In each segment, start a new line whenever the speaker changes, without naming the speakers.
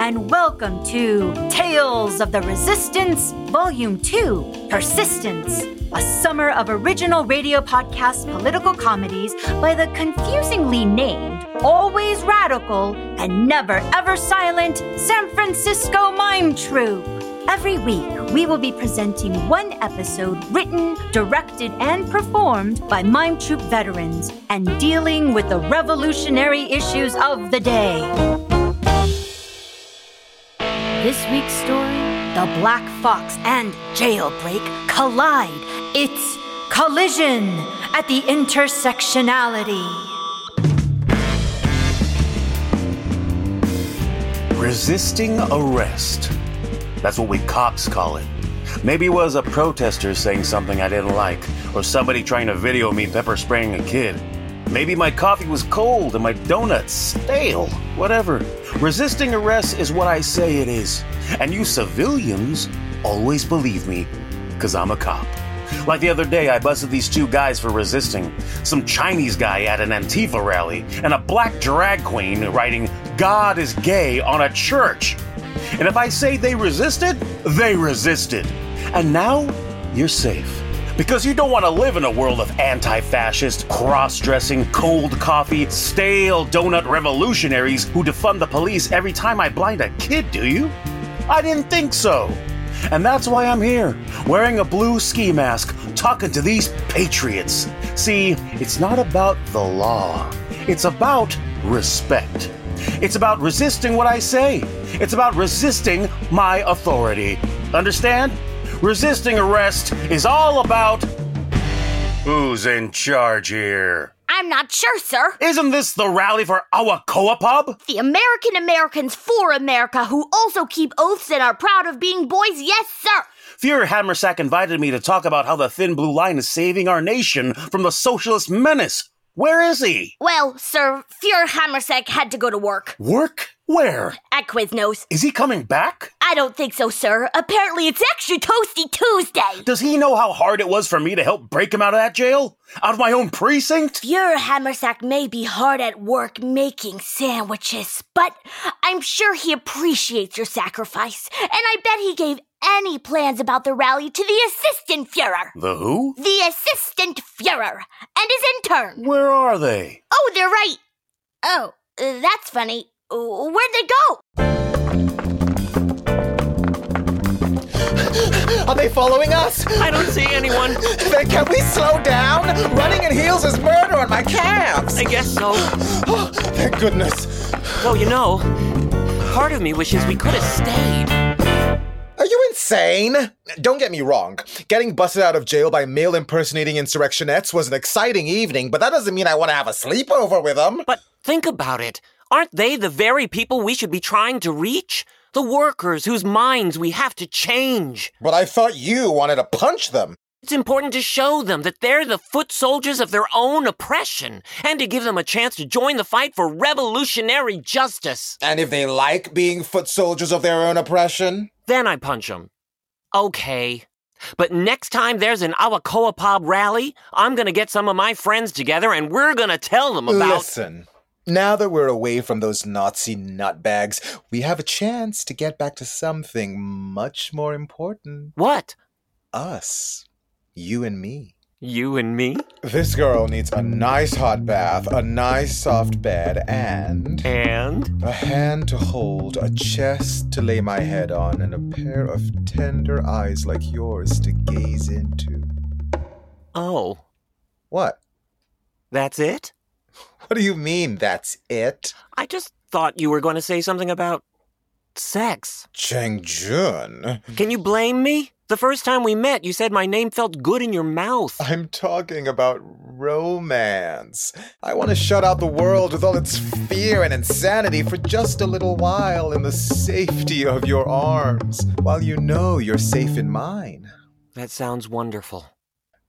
and welcome to Tales of the Resistance, Volume 2 Persistence, a summer of original radio podcast political comedies by the confusingly named, always radical, and never ever silent San Francisco Mime Troupe. Every week, we will be presenting one episode written, directed, and performed by Mime Troop veterans and dealing with the revolutionary issues of the day. This week's story The Black Fox and Jailbreak collide. It's collision at the intersectionality.
Resisting arrest. That's what we cops call it. Maybe it was a protester saying something I didn't like, or somebody trying to video me pepper spraying a kid. Maybe my coffee was cold and my donuts stale. Whatever. Resisting arrest is what I say it is. And you civilians always believe me, because I'm a cop. Like the other day, I busted these two guys for resisting. Some Chinese guy at an Antifa rally, and a black drag queen writing, God is gay on a church. And if I say they resisted, they resisted. And now you're safe. Because you don't want to live in a world of anti fascist, cross dressing, cold coffee, stale donut revolutionaries who defund the police every time I blind a kid, do you? I didn't think so. And that's why I'm here, wearing a blue ski mask, talking to these patriots. See, it's not about the law, it's about respect. It's about resisting what I say, it's about resisting my authority. Understand? Resisting arrest is all about who's in charge here.
I'm not sure, sir.
Isn't this the rally for our Awakowapub?
The American Americans for America who also keep oaths and are proud of being boys, yes, sir.
Fuhrer Hammersack invited me to talk about how the thin blue line is saving our nation from the socialist menace. Where is he?
Well, sir, Fuhrer Hammersack had to go to work
Work? Where?
at Quiznos.
Is he coming back?
I don't think so, sir. Apparently, it's Extra Toasty Tuesday.
Does he know how hard it was for me to help break him out of that jail? Out of my own precinct?
Fuhrer Hammersack may be hard at work making sandwiches, but I'm sure he appreciates your sacrifice, and I bet he gave any plans about the rally to the assistant Fuhrer.
The who?
The assistant Fuhrer and his intern.
Where are they?
Oh, they're right. Oh, uh, that's funny. Uh, Where'd they go?
Are they following us?
I don't see anyone.
Then can we slow down? Running in heels is murder on my calves.
I guess so.
Oh, thank goodness.
Though, you know, part of me wishes we could have stayed.
Are you insane? Don't get me wrong. Getting busted out of jail by male impersonating insurrectionettes was an exciting evening, but that doesn't mean I want to have a sleepover with them.
But think about it. Aren't they the very people we should be trying to reach? The workers whose minds we have to change.
But I thought you wanted to punch them.
It's important to show them that they're the foot soldiers of their own oppression and to give them a chance to join the fight for revolutionary justice.
And if they like being foot soldiers of their own oppression?
Then I punch them. Okay. But next time there's an Awakoa rally, I'm gonna get some of my friends together and we're gonna tell them about.
Listen. Now that we're away from those Nazi nutbags, we have a chance to get back to something much more important.
What?
us. You and me.
You and me?
This girl needs a nice hot bath, a nice soft bed, and
And?
a hand to hold, a chest to lay my head on, and a pair of tender eyes like yours to gaze into.
Oh,
What?
that's it?
What do you mean that's it?
I just thought you were going to say something about sex.
Cheng Jun.
Can you blame me? The first time we met, you said my name felt good in your mouth.
I'm talking about romance. I want to shut out the world with all its fear and insanity for just a little while in the safety of your arms, while you know you're safe in mine.
That sounds wonderful.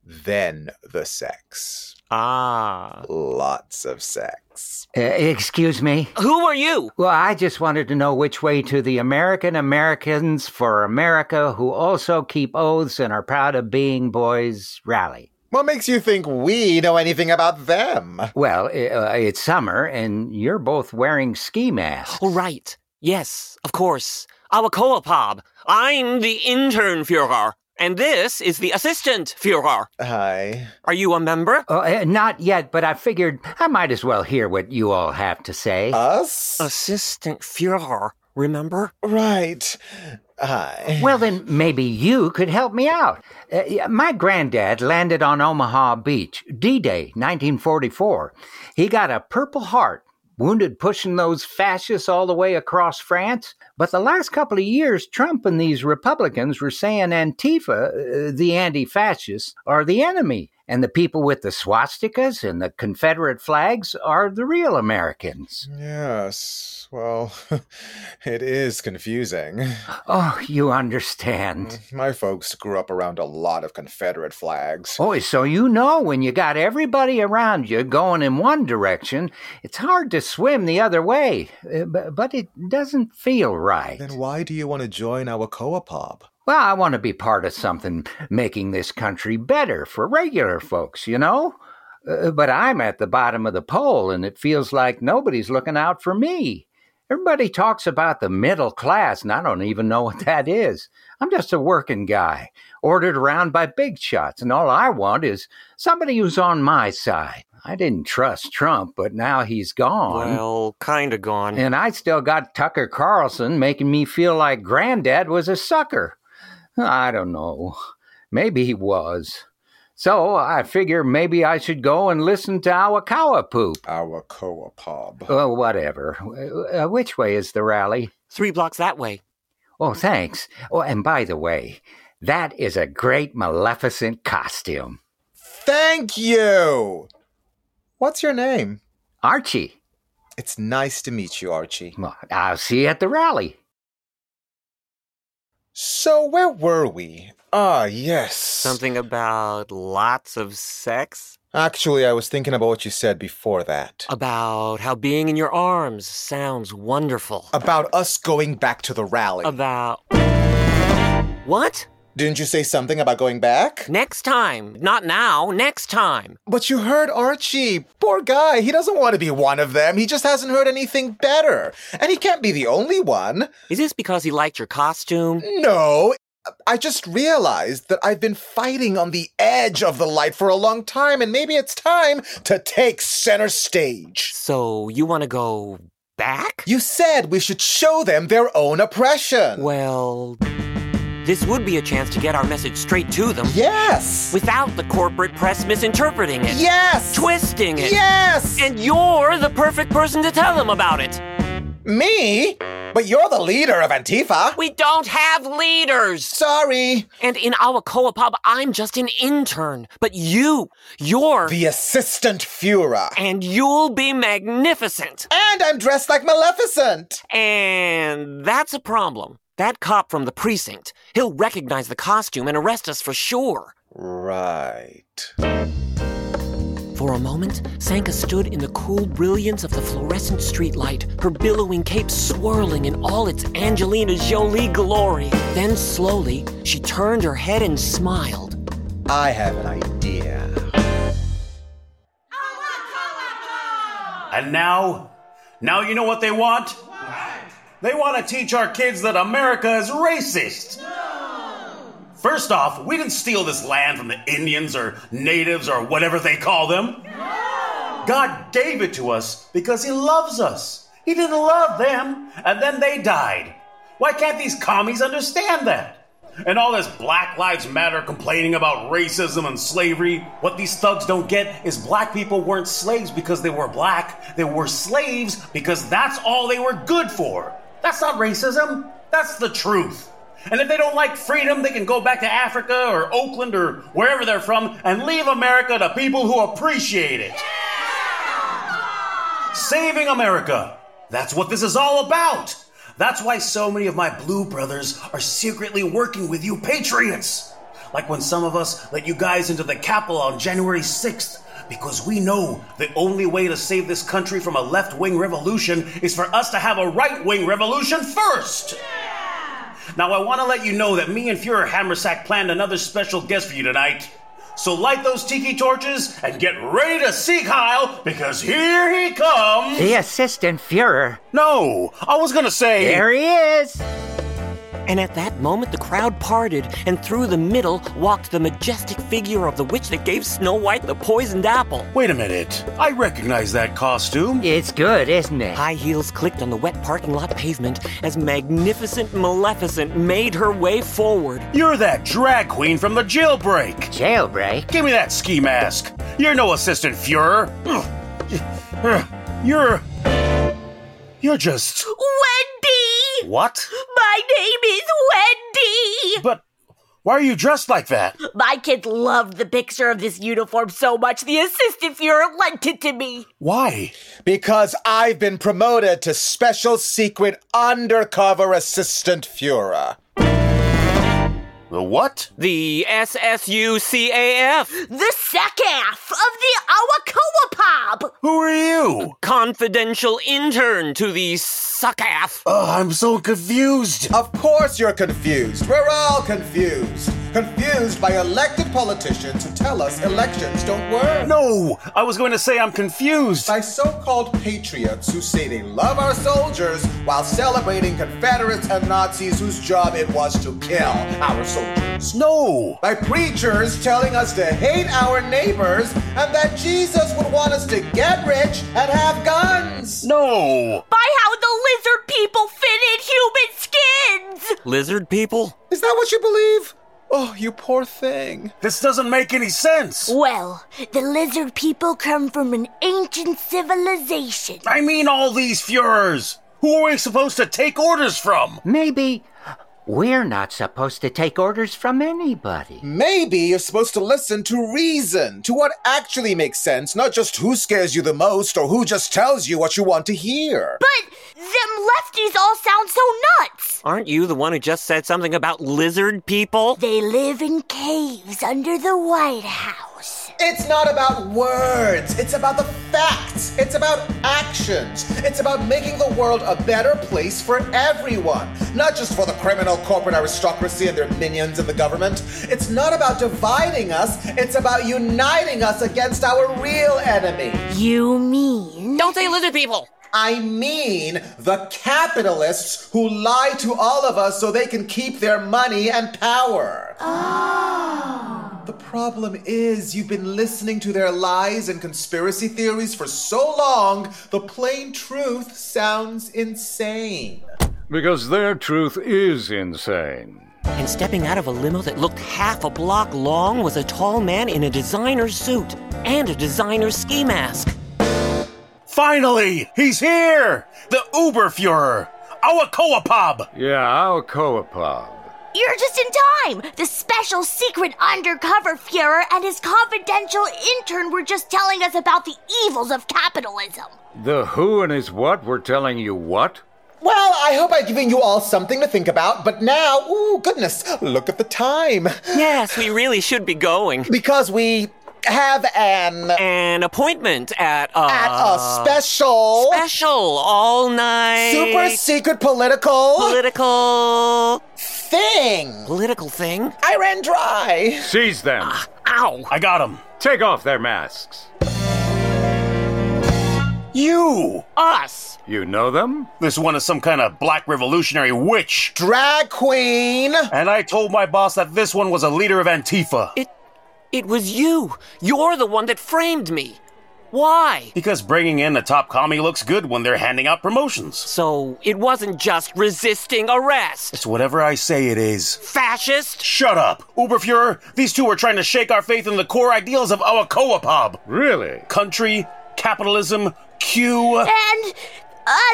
Then the sex.
Ah.
Lots of sex.
Uh, excuse me.
Who are you?
Well, I just wanted to know which way to the American Americans for America who also keep oaths and are proud of being boys rally.
What makes you think we know anything about them?
Well, i- uh, it's summer and you're both wearing ski masks.
Oh, right. Yes, of course. Awakoa Pob. I'm the intern Führer, and this is the assistant Führer.
Hi.
Are you a member?
Oh, eh, not yet, but I figured I might as well hear what you all have to say.
Us?
Assistant Führer, remember?
Right. Hi.
Well, then maybe you could help me out. Uh, yeah, my granddad landed on Omaha Beach, D Day, 1944. He got a Purple Heart, wounded pushing those fascists all the way across France. But the last couple of years, Trump and these Republicans were saying Antifa, uh, the anti fascists, are the enemy. And the people with the swastikas and the Confederate flags are the real Americans.
Yes. Well, it is confusing. Mm-hmm.
Oh, you understand.
My folks grew up around a lot of Confederate flags.
Boy, so you know when you got everybody around you going in one direction, it's hard to swim the other way. Uh, bu- But it doesn't feel right.
Then why do you want to join our co-op?
Well, I want to be part of something making this country better for regular folks, you know? Uh, but I'm at the bottom of the poll, and it feels like nobody's looking out for me. Everybody talks about the middle class, and I don't even know what that is. I'm just a working guy, ordered around by big shots, and all I want is somebody who's on my side. I didn't trust Trump, but now he's gone.
Well, kinda gone.
And I still got Tucker Carlson making me feel like Granddad was a sucker. I don't know. Maybe he was. So I figure maybe I should go and listen to Awakawa poop.
Our co-op.
Oh, whatever. Uh, which way is the rally?
Three blocks that way.
Oh, thanks. Oh, and by the way, that is a great Maleficent costume.
Thank you. What's your name?
Archie,
It's nice to meet you, Archie.
well, I'll see you at the rally.
So where were we? Ah, yes.
Something about lots of sex?
Actually, I was thinking about what you said before that.
About how being in your arms sounds wonderful.
About us going back to the rally.
About. What?
Didn't you say something about going back?
Next time. Not now. Next time.
But you heard Archie. Poor guy. He doesn't want to be one of them. He just hasn't heard anything better. And he can't be the only one.
Is this because he liked your costume?
No. I just realized that I've been fighting on the edge of the light for a long time, and maybe it's time to take center stage.
So you want to go back?
You said we should show them their own oppression.
Well, this would be a chance to get our message straight to them
Yes.
without the corporate press misinterpreting it,
yes.
twisting it.
Yes.
And you're the perfect person to tell them about it.
Me? But you're the leader of Antifa.
We don't have leaders.
Sorry.
And in our co-op, I'm just an intern. But you, you're,
The assistant Führer.
and you'll be magnificent.
And I'm dressed like Maleficent.
And that's a problem. That cop from the precinct, he'll recognize the costume and arrest us for sure.
Right.
For a moment, Sanka stood in the cool brilliance of the fluorescent streetlight, her billowing cape swirling in all its Angelina Jolie glory. Then slowly, she turned her head and smiled.
I have an idea.
And now, now you know what they want? They want to teach our kids that America is racist. First off, we didn't steal this land from the Indians or natives or whatever they call them. God gave it to us because He loves us. He didn't love them, and then they died. Why can't these commies understand that? And all this Black Lives Matter complaining about racism and slavery, what these thugs don't get is black people weren't slaves because they were black. They were slaves because that's all they were good for. That's not racism, that's the truth. And if they don't like freedom, they can go back to Africa or Oakland or wherever they're from and leave America to people who appreciate it. Saving America. That's what this is all about. That's why so many of my blue brothers are secretly working with you patriots. Like when some of us let you guys into the Capitol on January 6th, because we know the only way to save this country from a left wing revolution is for us to have a right wing revolution first. Now, I want to let you know that me and Fuhrer Hammersack planned another special guest for you tonight. So light those tiki torches and get ready to see Kyle because here he comes.
The assistant Fuhrer.
No, I was gonna say.
There he is.
And at that moment, the crowd parted, and through the middle walked the majestic figure of the witch that gave Snow White the poisoned apple.
Wait a minute. I recognize that costume.
It's good, isn't it?
High heels clicked on the wet parking lot pavement as magnificent Maleficent made her way forward.
You're that drag queen from the jailbreak.
Jailbreak.
Give me that ski mask. You're no assistant Fuhrer. You're. You're just.
Wendy!
What?
My name is Wendy!
But why are you dressed like that?
My kid loved the picture of this uniform so much, the assistant Fuhrer lent it to me.
Why?
Because I've been promoted to Special Secret Undercover Assistant Fuhrer.
The what?
The SSUCAF,
The SECAF of the Awakoa Pop!
Who are you?
confidential intern to the SUCAF.
Oh, I'm so confused.
Of course you're confused. We're all confused. Confused by elected politicians who tell us elections don't work.
No, I was going to say I'm confused.
By so called patriots who say they love our soldiers while celebrating Confederates and Nazis whose job it was to kill our soldiers.
No.
By preachers telling us to hate our neighbors and that Jesus would want us to get rich and have guns.
No.
By how the lizard people fit in human skins!
Lizard people?
Is that what you believe? Oh, you poor thing.
This doesn't make any sense.
Well, the lizard people come from an ancient civilization.
I mean, all these Fuhrers. Who are we supposed to take orders from?
Maybe we're not supposed to take orders from anybody.
Maybe you're supposed to listen to reason, to what actually makes sense, not just who scares you the most or who just tells you what you want to hear.
But them lefties all sound so nuts!
Aren't you the one who just said something about lizard people?
They live in caves under the White House.
It's not about words. It's about the facts. It's about actions. It's about making the world a better place for everyone, not just for the criminal corporate aristocracy and their minions in the government. It's not about dividing us. It's about uniting us against our real enemy.
You mean?
Don't say lizard people!
I mean the capitalists who lie to all of us so they can keep their money and power.
Oh.
The problem is, you've been listening to their lies and conspiracy theories for so long, the plain truth sounds insane.
Because their truth is insane.
And stepping out of a limo that looked half a block long was a tall man in a designer suit and a designer ski mask.
Finally, he's here. The Uber Fuhrer. Awakoapab.
Yeah, our Coapod.
You're just in time! The special secret undercover Fuhrer and his confidential intern were just telling us about the evils of capitalism.
The who and his what were telling you what?
Well, I hope I've given you all something to think about, but now, ooh, goodness, look at the time.
Yes, we really should be going.
Because we have an.
An appointment at a,
at
Ah.
a special.
special all night
super secret political.
political
thing.
political thing.
I ran dry.
Seize them!
Ow!
I got him.
Take off their masks!
You.
Us.
You know them?
This one is some kind of black revolutionary witch.
Drag queen.
And I told my boss that this one was a leader of Antifa.
It. It was you. You're the one that framed me. Why?
Because bringing in a top commie looks good when they're handing out promotions.
So it wasn't just resisting arrest.
It's whatever I say it is.
Fascist.
Shut up, Uberfuhrer. These two are trying to shake our faith in the core ideals of our Coapab.
Really?
Country, capitalism, Q.
Eh,
And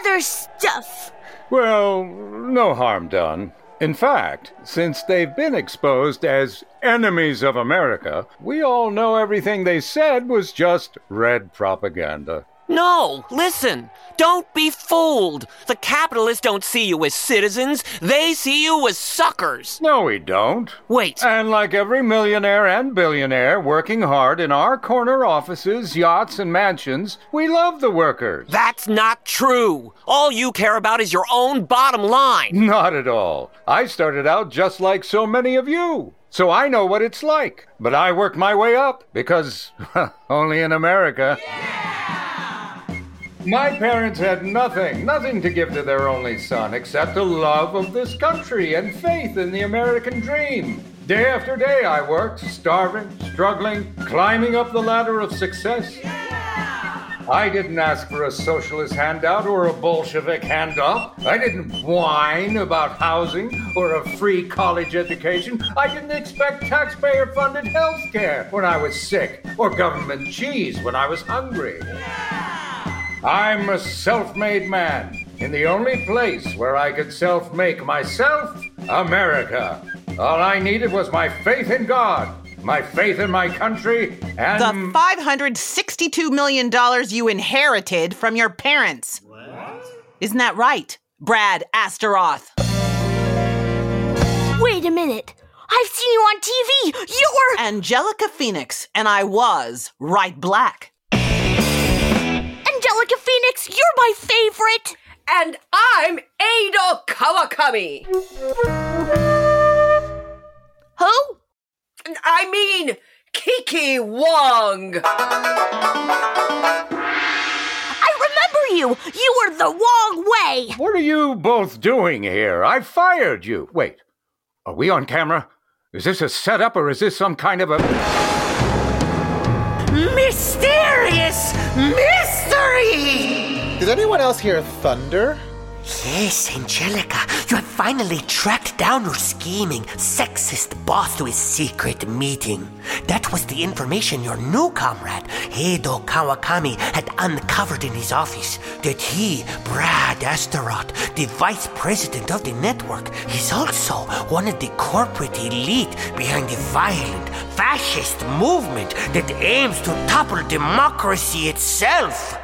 other stuff.
Well, no harm done. In fact, since they've been exposed as enemies of America, we all know everything they said was just red propaganda.
No. Listen. Don't be fooled. The capitalists don't see you as citizens. They see you as suckers.
No, we don't.
Wait.
And like every millionaire and billionaire working hard in our corner offices, yachts, and mansions, we love the workers.
That's not true. All you care about is your own bottom line.
Not at all. I started out just like so many of you. so I know what it's like. But I worked my way up because only in America. My parents had nothing, nothing to give to their only son except a love of this country and faith in the American dream. Day after day I worked, starving, struggling, climbing up the ladder of success. I didn't ask for a socialist handout or a Bolshevik handoff. I didn't whine about housing or a free college education. I didn't expect taxpayer funded health care when I was sick or government cheese when I was hungry. I'm a self made man in the only place where I could self make myself America. All I needed was my faith in God, my faith in my country, and.
The $562 million you inherited from your parents. What? Isn't that right, Brad Astaroth?
Wait a minute. I've seen you on TV. You're.
Angelica Phoenix, and I was right black.
Angelica Phoenix, you're my favorite.
And I'm Ada Kawakami.
Who?
I mean, Kiki Wong.
I remember you. You were the wrong way.
What are you both doing here? I fired you. Wait, are we on camera? Is this a setup or is this some kind of a.
Mysterious mystery.
Did anyone else hear thunder?
Yes, Angelica, you have finally tracked down your scheming, sexist boss to his secret meeting. That was the information your new comrade, Edo Kawakami, had uncovered in his office. That he, Brad Astaroth, the vice president of the network, is also one of the corporate elite behind the violent, fascist movement that aims to topple democracy itself.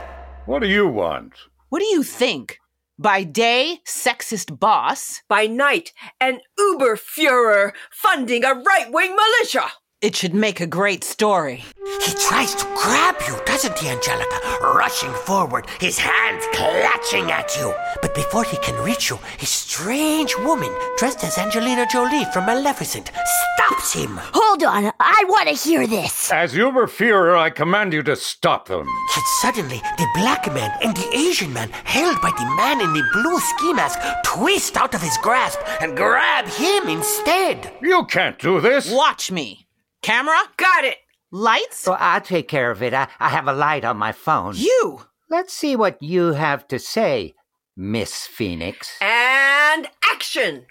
What do you want?
What do you think? By day, sexist boss,
By night, an Uber Führer funding a right wing militia.
it should make a great story.
He tries to grab you, doesn't he, Angelica? Rushing forward, his hands clutching at you. But before he can reach you, a strange woman dressed as Angelina Jolie from Maleficent stops him.
Hold on. I want to hear this.
As Uber Führer, I command you to stop them.
And suddenly, the black man and the Asian man, held by the man in the blue ski mask, twist out of his grasp and grab him instead.
You can't do this.
Watch me. Camera,
Got it.
lights,
Well, I'll take care of it. I, I have a light on my phone.
you.
Let's see what you have to say, Miss Phoenix.
And action.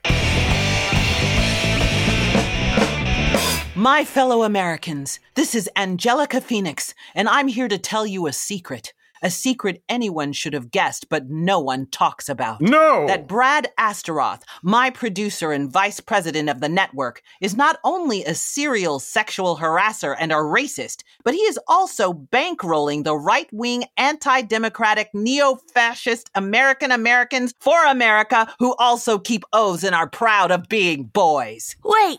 My fellow Americans, this is Angelica Phoenix, and I'm here to tell you a secret. A secret anyone should have guessed, but no one talks about.
No!
That Brad Astaroth, my producer and vice president of the network, is not only a serial sexual harasser and a racist, but he is also bankrolling the right wing, anti democratic, neo fascist American Americans for America who also keep oaths and are proud of being boys.
Wait.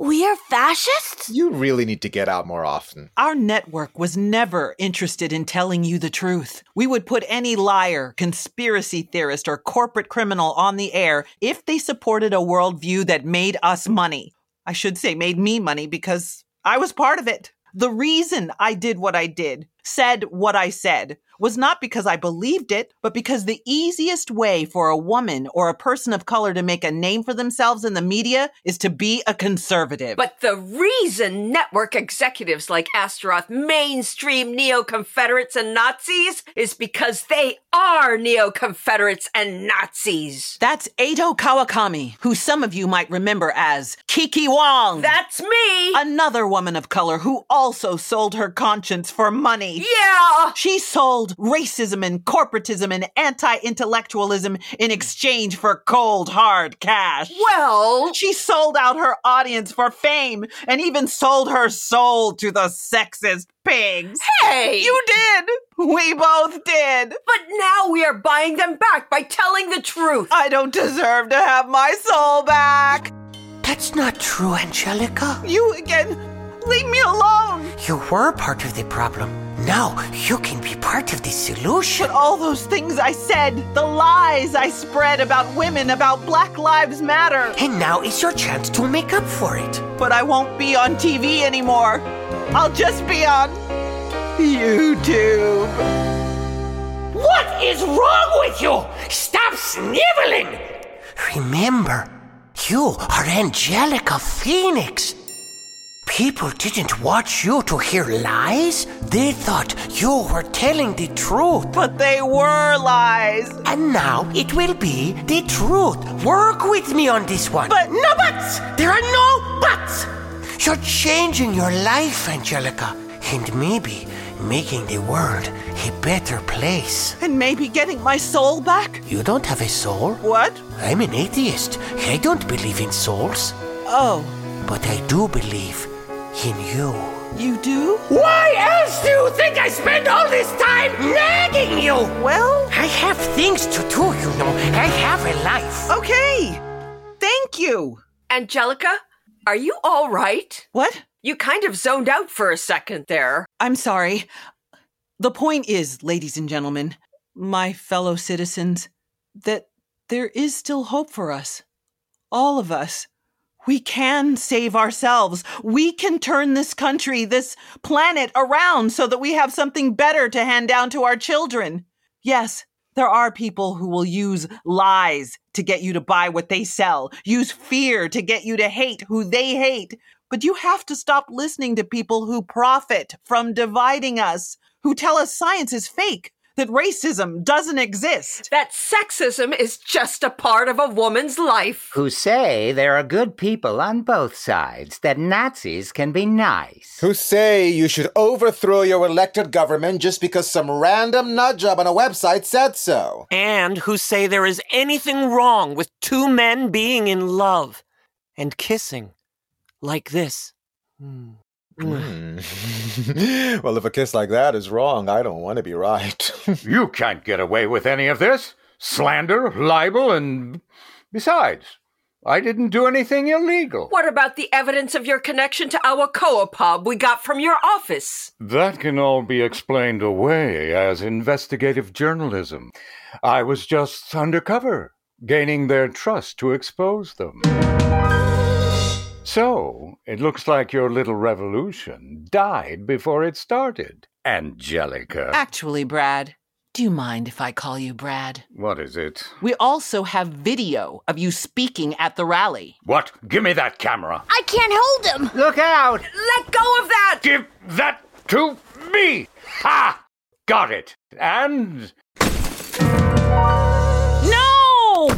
We are fascists?
You really need to get out more often.
Our network was never interested in telling you the truth. We would put any liar, conspiracy theorist, or corporate criminal on the air if they supported a worldview that made us money. I should say, made me money because I was part of it. The reason I did what I did, said what I said, was not because I believed it, but because the easiest way for a woman or a person of color to make a name for themselves in the media is to be a conservative.
But the reason network executives like Astaroth mainstream neo Confederates and Nazis is because they are neo Confederates and Nazis.
That's Ado Kawakami, who some of you might remember as Kiki Wong.
That's me.
another woman of color who also sold her conscience for money.
yeah.
She sold racism and corporatism and anti intellectualism in exchange for cold, hard cash.
Well,
She sold out her audience for fame and even sold her soul to the sexist pigs.
hey.
You did! We both did!
but now we are buying them back by telling the truth.
I don't deserve to have my soul back!
That's not true, Angelica.
You again! Leave me alone!
You were part of the problem, Now you can be part of the solution.
But all those things I said, the lies I spread about women, about Black Lives Matter.
And now is your chance to make up for it.
But I won't be on TV anymore. I'll just be on YouTube.
What is wrong with you? Stop sniveling! Remember, you are Angelica Phoenix. People didn't watch you to hear lies. They thought you were telling the truth.
But they were lies.
And now it will be the truth. Work with me on this one.
But-
no buts! There are no buts! You're changing your life, Angelica, and maybe making the world a better place.
And maybe getting my soul back?
You don't have a soul?
What?
I'm an atheist. I don't believe in souls,
Oh,
but I do believe in you.
you do?
Why else do you think I spend all this time nagging you?
Well,
I have things to do, you know. I have a life.
okay. Thank you.
Angelica, are you all right?
What?
You kind of zoned out for a second there.
I'm sorry. The point is, ladies and gentlemen, my fellow citizens, that there is still hope for us. All of us. We can save ourselves. We can turn this country, this planet around so that we have something better to hand down to our children. Yes, there are people who will use lies to get you to buy what they sell, use fear to get you to hate who they hate. But you have to stop listening to people who profit from dividing us, who tell us science is fake, that racism doesn't exist.
That sexism is just a part of a woman's life.
Who say there are good people on both sides, that Nazis can be nice.
Who say you should overthrow your elected government just because some random nutjob on a website said so?
And who say there is anything wrong with two men being in love and kissing like this. Mm.
Hmm. well, if a kiss like that is wrong, I don't want to be right.
You can't get away with any of this slander, libel, and. Besides, I didn't do anything illegal.
What about the evidence of your connection to Awakoa Pub we got from your office?
That can all be explained away as investigative journalism. I was just undercover, gaining their trust to expose them. So, it looks like your little revolution died before it started. Angelica.
Actually, Brad, do you mind if I call you Brad?
What is it?
We also have video of you speaking at the rally.
What? Give me that camera.
I can't hold him.
Look out!
Let go of that!
Give that to me! Ha! Got it. And.
No!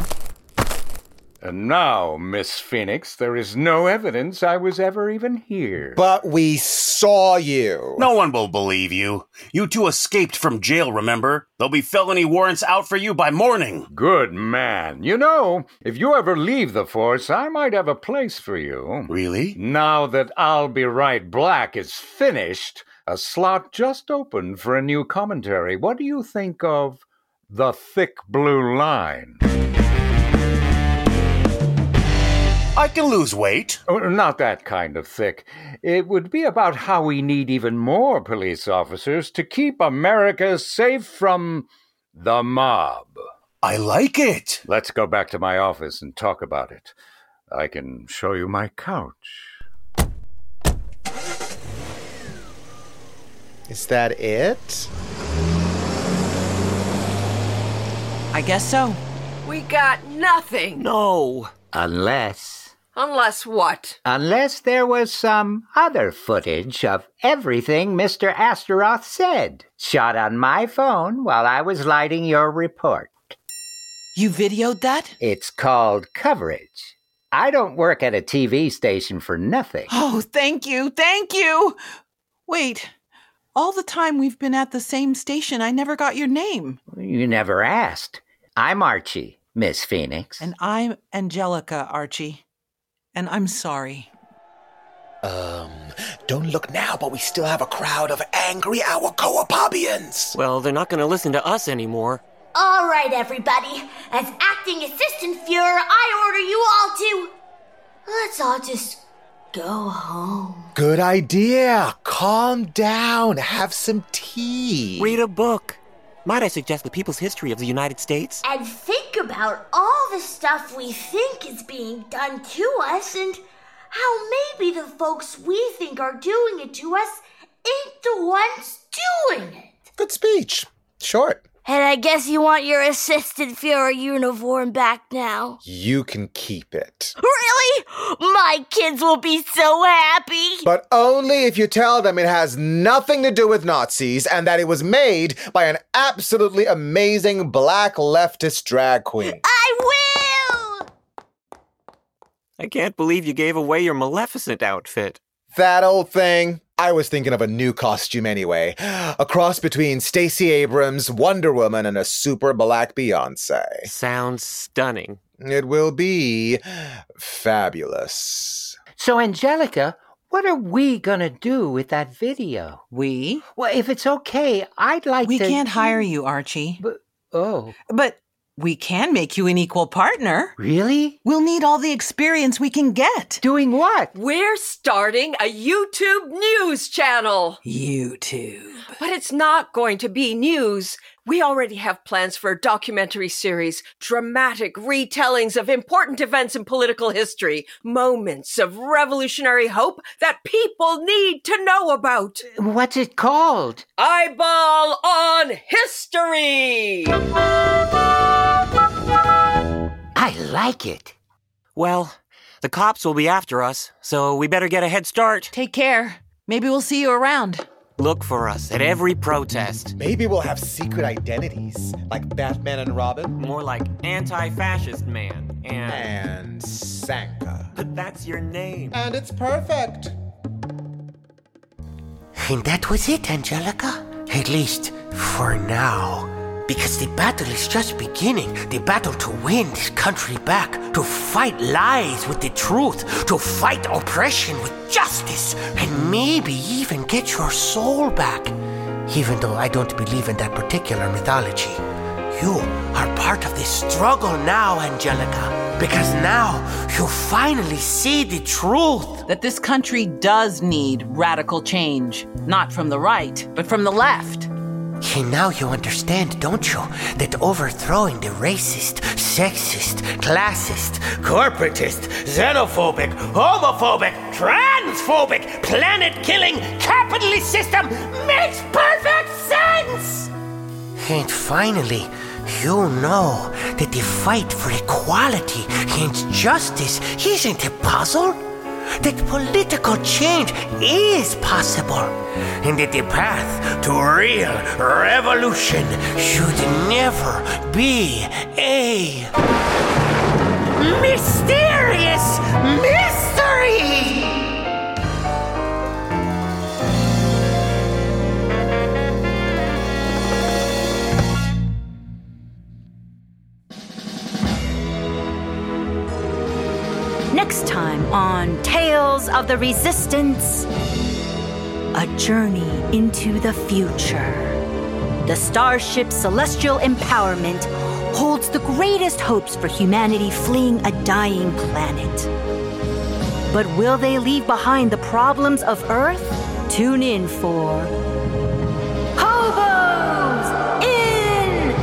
And now, Miss Phoenix, there is no evidence I was ever even here.
but we saw you.
No one will believe you. You two escaped from jail, remember? There'll be felony warrants out for you by morning.
Good man. You know, if you ever leave the force, I might have a place for you.
Really?
Now that I'll Be Right Black is finished, a slot just opened for a new commentary. What do you think of The Thick Blue Line?
I can lose weight.
Oh, Not that kind of thick. It would be about how we need even more police officers to keep America safe from the mob.
I like it.
Let's go back to my office and talk about it. I can show you my couch.
Is that it?
I guess so.
We got nothing.
No.
Unless.
Unless what?
Unless there was some other footage of everything Mr. Astaroth said, shot on my phone while I was lighting your report.
You videoed that?
It's called coverage. I don't work at a TV station for nothing.
Oh, thank you, thank you! Wait, all the time we've been at the same station, I never got your name.
You never asked. I'm Archie, Miss Phoenix.
And I'm Angelica, Archie. And I'm sorry.
Um, don't look now, but we still have a crowd of angry Awakoapabians.
Well, they're not going to listen to us anymore.
All right, everybody. As acting assistant Fuhrer, I order you all to. Let's all just go home.
Good idea. Calm down. Have some tea.
Read a book. Might I suggest The People's History of the United States?
And think about all the stuff we think is being done to us and how maybe the folks we think are doing it to us ain't the ones doing it.
Good speech. Short.
And I guess you want your assistant Fuhrer uniform back now.
You can keep it.
Really? My kids will be so happy.
But only if you tell them it has nothing to do with Nazis and that it was made by an absolutely amazing black leftist drag queen.
I will!
I can't believe you gave away your Maleficent outfit.
That old thing. I was thinking of a new costume anyway. A cross between Stacey Abrams, Wonder Woman, and a super black Beyonce.
Sounds stunning.
It will be fabulous.
So, Angelica, what are we going to do with that video?
We?
Well, if it's okay, I'd like
We
to.
can't hire you, Archie.
But, oh,
But we can make you an equal partner.
really?
We'll need all the experience we can get.
Doing what?
We're starting a YouTube news channel.
You too.
But it's not going to be news. We already have plans for a documentary series, dramatic retellings of important events in political history, moments of revolutionary hope that people need to know about.
What's it called?
Eyeball on history!
I like it.
Well, the cops will be after us, so we better get a head start.
Take care. Maybe we'll see you around.
Look for us at every protest.
Maybe we'll have secret identities, like Batman and Robin
More like anti fascist man. And.
and Sanka.
But that's your name.
And it's perfect.
And that was it, Angelica. At least for now. Because the battle is just beginning. The battle to win this country back, to fight lies with the truth, to fight oppression with justice, and maybe even get your soul back. Even though I don't believe in that particular mythology. You are part of this struggle now, Angelica. Because now you finally see the truth.
That this country does need radical change. Not from the right, but from the left.
And now you understand, don't you, that overthrowing the racist, sexist, classist, corporatist, xenophobic, homophobic, transphobic, planet killing capitalist system makes perfect sense! And finally, you know that the fight for equality and justice isn't a puzzle that political change is possible, and that the path to real revolution should never be a mysterious mystery.
Next time on Tales of the Resistance A journey into the future. The starship Celestial Empowerment holds the greatest hopes for humanity fleeing a dying planet. But will they leave behind the problems of Earth? Tune in for. Hobos in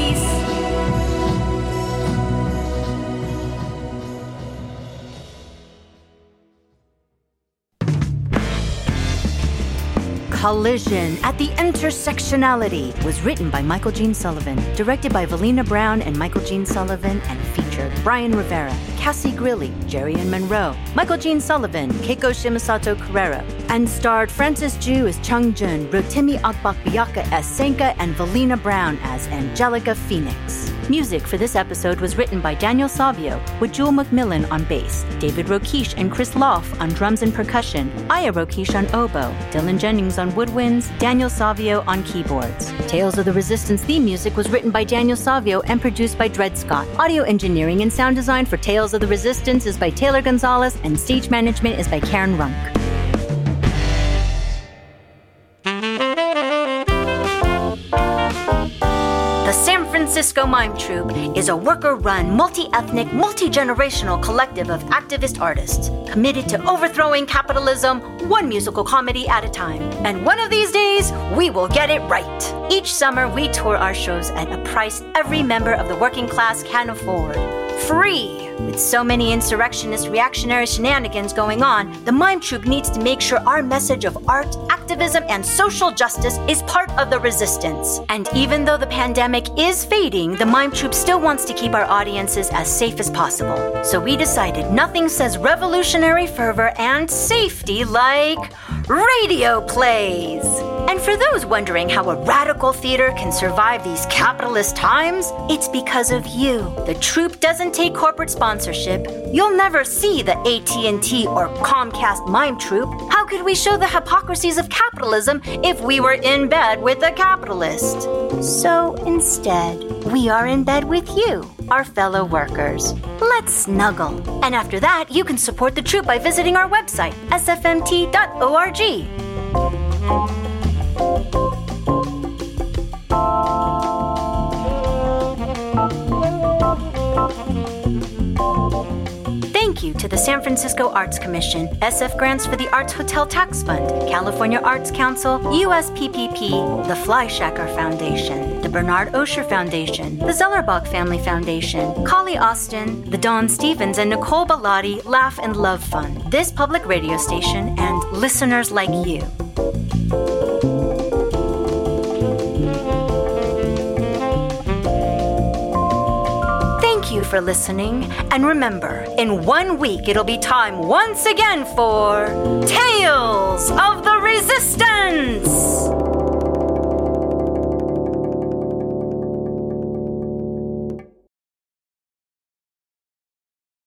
Space! Collision at the Intersectionality was written by Michael Gene Sullivan, directed by Valina Brown and Michael Gene Sullivan, and featured Brian Rivera, Cassie Grilly, Jerry and Monroe, Michael Gene Sullivan, Keiko Shimasato Carrera, and starred Francis Jew as Chung Jun, Rotimi Akbakbiaka as Senka, and Valina Brown as Angelica Phoenix. Music for this episode was written by Daniel Savio, with Jewel McMillan on bass, David Rokish and Chris Loff on drums and percussion, Aya Rokish on oboe, Dylan Jennings on woodwinds, Daniel Savio on keyboards. Tales of the Resistance theme music was written by Daniel Savio and produced by Dred Scott. Audio engineering and sound design for Tales of the Resistance is by Taylor Gonzalez, and stage management is by Karen Runk. The San Francisco Francisco Mime Troupe is a worker run, multi ethnic, multi generational collective of activist artists committed to overthrowing capitalism one musical comedy at a time. And one of these days, we will get it right. Each summer, we tour our shows at a price every member of the working class can afford free. With so many insurrectionist reactionary shenanigans going on, the Mime Troupe needs to make sure our message of art, activism, and social justice is part of the resistance. And even though the pandemic is fading, the Mime Troupe still wants to keep our audiences as safe as possible. So we decided nothing says revolutionary fervor and safety like radio plays. And for those wondering how a radical theater can survive these capitalist times, it's because of you. The troupe doesn't take corporate sponsorship. You'll never see the AT&T or Comcast Mime Troupe. How could we show the hypocrisies of capitalism if we were in bed with a capitalist? So instead, we are in bed with you, our fellow workers. Let's snuggle. And after that, you can support the troupe by visiting our website, sfmt.org. Thank you to the San Francisco Arts Commission, SF Grants for the Arts Hotel Tax Fund, California Arts Council, USPPP, the Flyshacker Foundation, the Bernard Osher Foundation, the Zellerbach Family Foundation, Collie Austin, the Don Stevens and Nicole Bellotti Laugh and Love Fund, this public radio station, and listeners like you. Thank you for listening, and remember, in one week it'll be time once again for Tales!